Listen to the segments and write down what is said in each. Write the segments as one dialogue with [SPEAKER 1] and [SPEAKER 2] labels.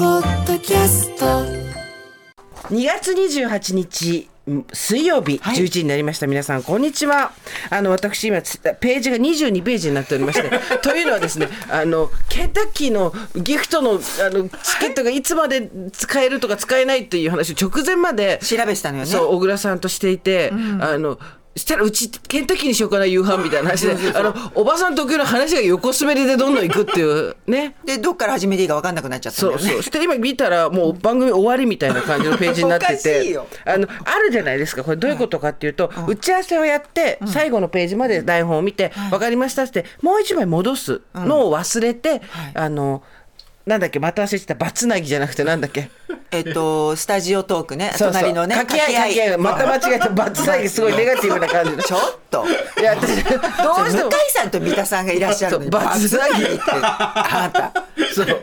[SPEAKER 1] キャスト
[SPEAKER 2] 2月28日水曜日11時になりました、皆さんこんにちはあの私今つページが22ページになっておりまして というのはですねあのケンタッキーのギフトのあのチケットがいつまで使えるとか使えないという話を直前まで
[SPEAKER 3] 調べてたのよね
[SPEAKER 2] そう小倉さんとしていて、あのしたらうちケンタッキーにしようかな夕飯みたいな話であのおばさん特有の話が横滑りでどんどんいくっていうね
[SPEAKER 3] でどっから始めていいか分かんなくなっちゃったん
[SPEAKER 2] そ
[SPEAKER 3] だ
[SPEAKER 2] う
[SPEAKER 3] よね
[SPEAKER 2] そう。して今見たらもう番組終わりみたいな感じのページになって
[SPEAKER 3] おかしい
[SPEAKER 2] て
[SPEAKER 3] よ、
[SPEAKER 2] あのあるじゃないですか。これどういうことかっていうと、打ち合わせをやって最後のページまで台本を見て、わかりましたってもう一枚戻すのを忘れて、あのなんだっけまた忘れてたバツナギじゃなくてなんだっけ。
[SPEAKER 3] えっとスタジオトークね
[SPEAKER 2] そうそう
[SPEAKER 3] 隣のね
[SPEAKER 2] 掛け合い掛け合いまた間違えたバツナギすごいネガティブな感じの。
[SPEAKER 3] ちょっと
[SPEAKER 2] いや私ど
[SPEAKER 3] どう
[SPEAKER 2] う
[SPEAKER 3] し
[SPEAKER 2] してても
[SPEAKER 3] 向井さんと三田さんがいらっしゃるの に
[SPEAKER 2] そうバ
[SPEAKER 3] バ
[SPEAKER 2] ツ
[SPEAKER 3] ツナギってあなた
[SPEAKER 2] そう。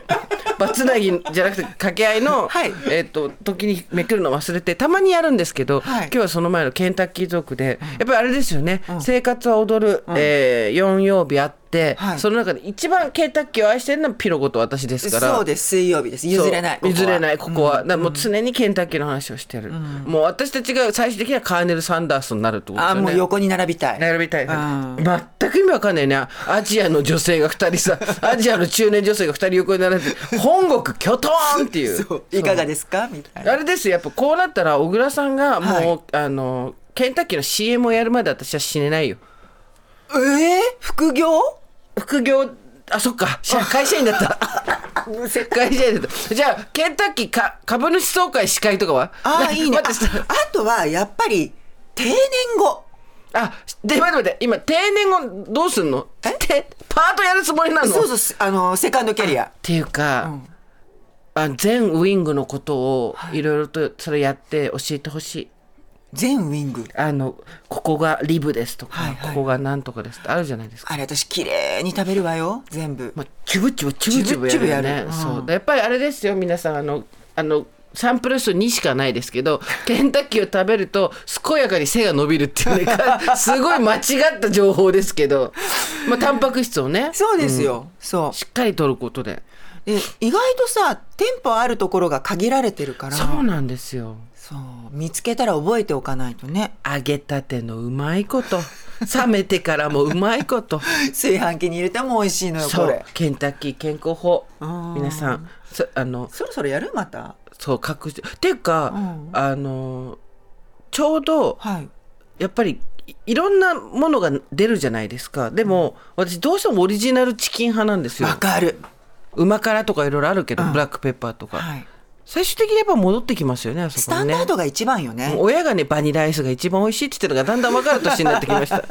[SPEAKER 2] バツナギじゃなくて掛け合いの、
[SPEAKER 3] はい
[SPEAKER 2] えっと時にめくるの忘れてたまにやるんですけど、
[SPEAKER 3] はい
[SPEAKER 2] 今日はその前のケンタッキートークで、やっぱりあれですよね「生活は踊る」えー、4曜日あって、
[SPEAKER 3] はい
[SPEAKER 2] その中で一番ケンタッキーを愛してるのはピロゴと私ですから。
[SPEAKER 3] そうです水曜日です譲れない
[SPEAKER 2] そう譲れないいここは、だからもう常にケンタッキーの話をしてる、もう私たちが最終的にはカーネル・サンダースになるってことです
[SPEAKER 3] あ
[SPEAKER 2] よね
[SPEAKER 3] もう横に並びたい
[SPEAKER 2] 並びたい、
[SPEAKER 3] うん
[SPEAKER 2] 全く意味わかんないねアジアの女性が2人さ アジアの中年女性が2人横に並んで本国キョトーンっていう
[SPEAKER 3] そういかがですかみたい
[SPEAKER 2] あ
[SPEAKER 3] な
[SPEAKER 2] れですよやっぱこうなったら小倉さんがもう、
[SPEAKER 3] はい
[SPEAKER 2] あのケンタッキーの CM をやるまで私は死ねないよ
[SPEAKER 3] えー、副業
[SPEAKER 2] 副業あそっか社会社員だった 会社員だったじゃあケンタッキーか株主総会司会とかは
[SPEAKER 3] ああいいねあ
[SPEAKER 2] 待って
[SPEAKER 3] あとはやっぱり定年後
[SPEAKER 2] あで待って待って今定年後どうすんのてパートやるつもりなの
[SPEAKER 3] そうそうすあのセカンドキャリア
[SPEAKER 2] っていうか、あ全ウイングのことをいろいろとそれやって教えてほしい。
[SPEAKER 3] 全ウィング
[SPEAKER 2] あのここがリブですとか、
[SPEAKER 3] はいはい
[SPEAKER 2] ここがなんとかですってあるじゃないですか。
[SPEAKER 3] あれ私綺麗に食べるわよ全部、
[SPEAKER 2] まあ、チュブチュブチュブチュブやるよね
[SPEAKER 3] チュブチュブやる。うん
[SPEAKER 2] そうやっぱりあれですよ皆さんあのあのサンプル数2しかないですけ どケンタッキーを食べると健やかに背が伸びるって いうねすごい間違った情報ですけど、まあ、タンパク質をね
[SPEAKER 3] そうですよ、そう
[SPEAKER 2] しっかりとることで
[SPEAKER 3] で意外とさ店舗あるところが限られてるから
[SPEAKER 2] そうなんですよ。
[SPEAKER 3] そう見つけたら覚えておかないとね
[SPEAKER 2] 揚げたてのうまいこと冷めてからもうまいこと
[SPEAKER 3] 炊飯器に入れても美味しいのよこ
[SPEAKER 2] そう
[SPEAKER 3] れ
[SPEAKER 2] ケンタッキー健康法
[SPEAKER 3] うん
[SPEAKER 2] 皆さんそあの
[SPEAKER 3] そろそろやるまた
[SPEAKER 2] そう隠してっていうか、
[SPEAKER 3] うん
[SPEAKER 2] あのちょうど
[SPEAKER 3] はい
[SPEAKER 2] やっぱりいいろんなものが出るじゃないですかでも、私どうしてもオリジナルチキン派なんですよ
[SPEAKER 3] わかる
[SPEAKER 2] うま辛とかいろいろあるけど、
[SPEAKER 3] うん
[SPEAKER 2] ブラックペッパーとか、
[SPEAKER 3] はい
[SPEAKER 2] 最終的にやっぱ戻ってきますよねあ
[SPEAKER 3] ス
[SPEAKER 2] そこ
[SPEAKER 3] タ
[SPEAKER 2] に
[SPEAKER 3] ンダ
[SPEAKER 2] ね
[SPEAKER 3] ードが一番よね
[SPEAKER 2] 親がねバニラアイスが一番美味しいって言ってるのがだんだん分かる年になってきました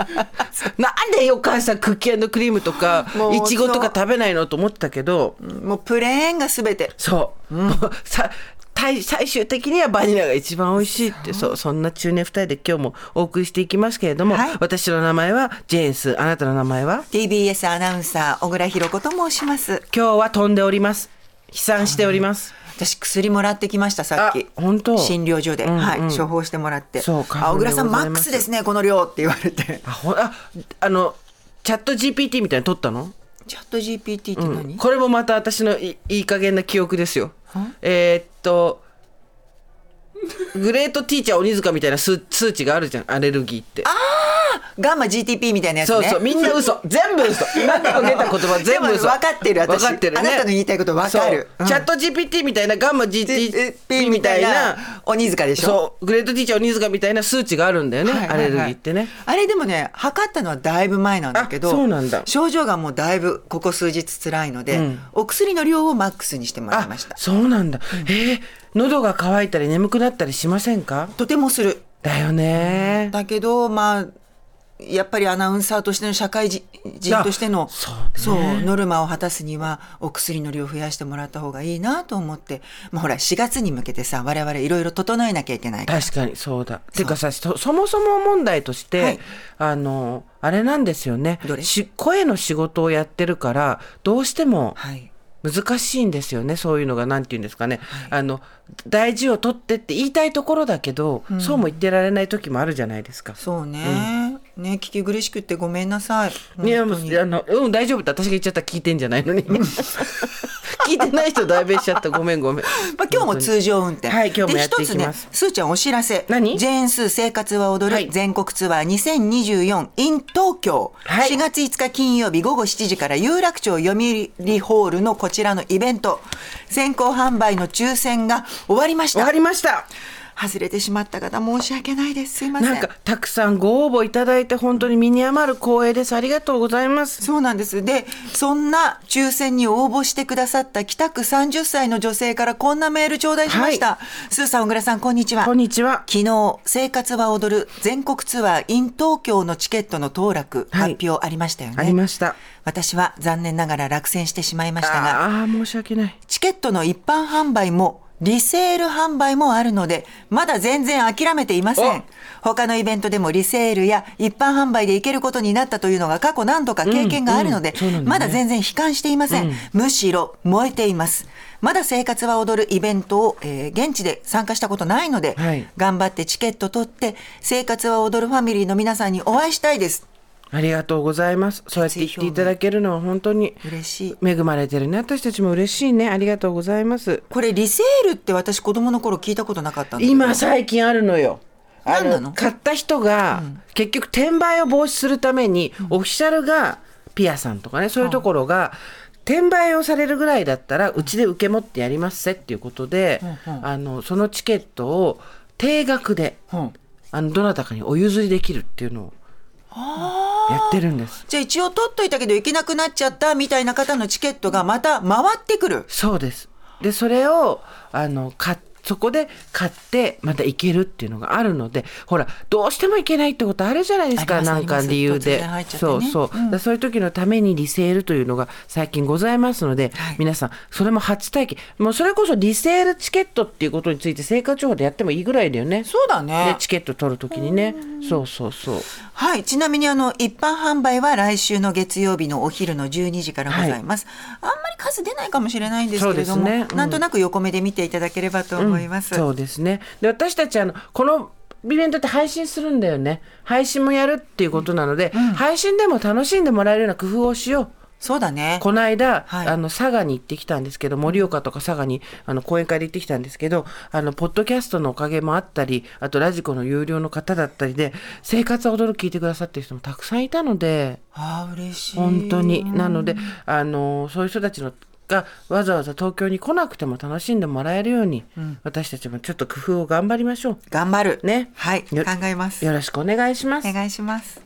[SPEAKER 2] なんでお母さんクッキークリームとか
[SPEAKER 3] もう
[SPEAKER 2] いちごとか食べないのと思ってたけど
[SPEAKER 3] もうプレーンが全て
[SPEAKER 2] そう、もうさ最最終的にはバニラが一番美味しいってそうそんな中年2人で今日もお送りしていきますけれども、
[SPEAKER 3] はい
[SPEAKER 2] 私の名前はジェーンスあなたの名前は
[SPEAKER 3] TBS アナウンサー小倉弘子と申します
[SPEAKER 2] 今日は飛んでおります飛散しております
[SPEAKER 3] 私薬もらってきましたさっき
[SPEAKER 2] あ本当
[SPEAKER 3] 診療所で、
[SPEAKER 2] うんうん
[SPEAKER 3] はい、処方してもらって
[SPEAKER 2] そう
[SPEAKER 3] あ小倉さんマ
[SPEAKER 2] 花粉でござい
[SPEAKER 3] ッ
[SPEAKER 2] ま
[SPEAKER 3] ク
[SPEAKER 2] す
[SPEAKER 3] スですねこの量って言われて
[SPEAKER 2] あほんああのチャット GPT みたいに撮ったの
[SPEAKER 3] チャット GPT って何、
[SPEAKER 2] これもまた私のいいい加減な記憶ですよ。えーっと、グレートティーチャー鬼塚みたいな数数値があるじゃん、アレルギーって。
[SPEAKER 3] ガンマ GTP みたいなやつね
[SPEAKER 2] そうそう、みんな嘘。全部嘘。今の出た言葉全部
[SPEAKER 3] でも
[SPEAKER 2] 嘘。
[SPEAKER 3] 分かってる私
[SPEAKER 2] 分かってるね。
[SPEAKER 3] あなたの言いたいこと分かる
[SPEAKER 2] そう
[SPEAKER 3] うん
[SPEAKER 2] チャット GPT みたいな、ガンマ
[SPEAKER 3] GTP
[SPEAKER 2] GTP み
[SPEAKER 3] み
[SPEAKER 2] た
[SPEAKER 3] た
[SPEAKER 2] い
[SPEAKER 3] い
[SPEAKER 2] な、
[SPEAKER 3] な鬼塚でしょ
[SPEAKER 2] そう、グレートティーチャー鬼塚みたいな数値があるんだよね、
[SPEAKER 3] はいはいはい
[SPEAKER 2] アレルギーってね。
[SPEAKER 3] あれでもね測ったのはだいぶ前なんだけど
[SPEAKER 2] あそうなんだ
[SPEAKER 3] 症状がもうだいぶここ数日辛いので、
[SPEAKER 2] ん
[SPEAKER 3] お薬の量をマックスにしてもらい
[SPEAKER 2] あ
[SPEAKER 3] ました、
[SPEAKER 2] そうなんだ。えー喉が渇いたり眠くなったりしませんか
[SPEAKER 3] とてもする
[SPEAKER 2] だよね。
[SPEAKER 3] だけどまあやっぱりアナウンサーとしての社会人人としての
[SPEAKER 2] そうね
[SPEAKER 3] そうノルマを果たすにはお薬の量を増やしてもらった方がいいなと思って、まあ、ほら4月に向けてさ我々いろいろ整えなきゃいけないから
[SPEAKER 2] 確かにそうだてかさそそもそも問題として、
[SPEAKER 3] はい
[SPEAKER 2] あのあれなんですよね
[SPEAKER 3] どれ
[SPEAKER 2] し声の仕事をやってるからどうしても
[SPEAKER 3] はい
[SPEAKER 2] 難しいんですよねそういうのが何て言うんですかね、あの大事を取ってって言いたいところだけど、そうも言ってられない時もあるじゃないですか。
[SPEAKER 3] そうね、ね聞き苦しくってごめんなさい
[SPEAKER 2] いや
[SPEAKER 3] 本
[SPEAKER 2] も
[SPEAKER 3] 当に
[SPEAKER 2] うあのうん大丈夫って私が言っちゃったら聞いてんじゃないのに聞いてない人代弁しちゃったごめんごめん
[SPEAKER 3] まあ、今日も通常運転。
[SPEAKER 2] はい今日もやっていきます
[SPEAKER 3] で一つね、すーちゃんお知らせ。
[SPEAKER 2] 何
[SPEAKER 3] ジェーンスー生活は踊る、
[SPEAKER 2] はい
[SPEAKER 3] 全国ツアー2024 in 東京。
[SPEAKER 2] はい
[SPEAKER 3] 4月5日金曜日午後7時から有楽町読売ホールのこちらのイベント。先行販売の抽選が終わりまし
[SPEAKER 2] 終
[SPEAKER 3] た
[SPEAKER 2] わ。りました
[SPEAKER 3] 外れてしまった方申し訳ないです。すいません。
[SPEAKER 2] なんかたくさんご応募いただいて本当に身に余る光栄ですありがとうございます
[SPEAKER 3] そうなんです。で、そんな抽選に応募してくださった北区30歳の女性からこんなメール頂戴しました。スーさん、小倉さん、こんにちは。
[SPEAKER 2] こんにちは
[SPEAKER 3] 昨日、生活は踊る全国ツアー in 東京のチケットの当落、
[SPEAKER 2] はい
[SPEAKER 3] 発表ありましたよね。
[SPEAKER 2] ありました
[SPEAKER 3] 私は残念ながら落選してしまいました
[SPEAKER 2] あ
[SPEAKER 3] が、
[SPEAKER 2] あー申し訳ない
[SPEAKER 3] チケットの一般販売もリセール販売もあるので、まだ全然諦めていません。他のイベントでもリセールや一般販売で行けることになったというのが過去何度か経験があるので、
[SPEAKER 2] うんうんそうなんだね
[SPEAKER 3] まだ全然悲観していません。むしろ燃えています。まだ生活は踊るイベントを、えー現地で参加したことないので、
[SPEAKER 2] はい
[SPEAKER 3] 頑張ってチケット取って、生活は踊るファミリーの皆さんにお会いしたいです。
[SPEAKER 2] ありがとうございますそうやって言っていただけるのは本当に
[SPEAKER 3] 嬉しい。
[SPEAKER 2] 恵まれてるね私たちも嬉しいねありがとうございます
[SPEAKER 3] これリセールって私子供の頃聞いたことなかったんだけど
[SPEAKER 2] 今最近あるのよあ
[SPEAKER 3] 何なの
[SPEAKER 2] 買った人が、結局転売を防止するために、オフィシャルがピアさんとかねそういうところが、転売をされるぐらいだったらうちで受け持ってやりますせっていうことで、
[SPEAKER 3] うんうん
[SPEAKER 2] あのそのチケットを定額で
[SPEAKER 3] うん
[SPEAKER 2] あのどなたかにお譲りできるっていうのをやってるんです。
[SPEAKER 3] じゃあ一応取っといたけど行けなくなっちゃったみたいな方のチケットがまた回ってくる。
[SPEAKER 2] そうです。で、それを、あの、か、そこで買って、また行けるっていうのがあるので、ほら、どうしても行けないってことあるじゃないです
[SPEAKER 3] あ
[SPEAKER 2] か、
[SPEAKER 3] ります
[SPEAKER 2] なんか理由
[SPEAKER 3] あり
[SPEAKER 2] で。
[SPEAKER 3] ます突然入っちゃって
[SPEAKER 2] そ
[SPEAKER 3] ね
[SPEAKER 2] うそう。
[SPEAKER 3] うん
[SPEAKER 2] だからそういう時のためにリセールというのが最近ございますので、
[SPEAKER 3] はい
[SPEAKER 2] 皆さん、それも初体験。もうそれこそリセールチケットっていうことについて、生活情報でやってもいいぐらいだよね。
[SPEAKER 3] そうだね
[SPEAKER 2] ね、チケット取るときにね。そうそうそう。
[SPEAKER 3] はい。ちなみにあの、一般販売は来週の月曜日のお昼の12時からございます。あんまり数出ないかもしれないんですけれども、
[SPEAKER 2] そうですねうん
[SPEAKER 3] なんとなく横目で見ていただければと思います。
[SPEAKER 2] そうですね。で私たちあのこのイベントって配信するんだよね。配信もやるっていうことなので、配信でも楽しんでもらえるような工夫をしよう。
[SPEAKER 3] そうだね。
[SPEAKER 2] この間、
[SPEAKER 3] はい
[SPEAKER 2] あの佐賀に行ってきたんですけど盛岡とか佐賀にあの講演会で行ってきたんですけどあのポッドキャストのおかげもあったりあとラジコの有料の方だったりで「生活は踊る」聞いてくださってる人もたくさんいたので
[SPEAKER 3] ああ、嬉しい。
[SPEAKER 2] 本当になのであのそういう人たちのがわざわざ東京に来なくても楽しんでもらえるように、私たちもちょっと工夫を頑張りましょう。
[SPEAKER 3] 頑張る。
[SPEAKER 2] ね
[SPEAKER 3] はい。考
[SPEAKER 2] よ
[SPEAKER 3] えます。
[SPEAKER 2] よろしくお願いします。
[SPEAKER 3] お願いします。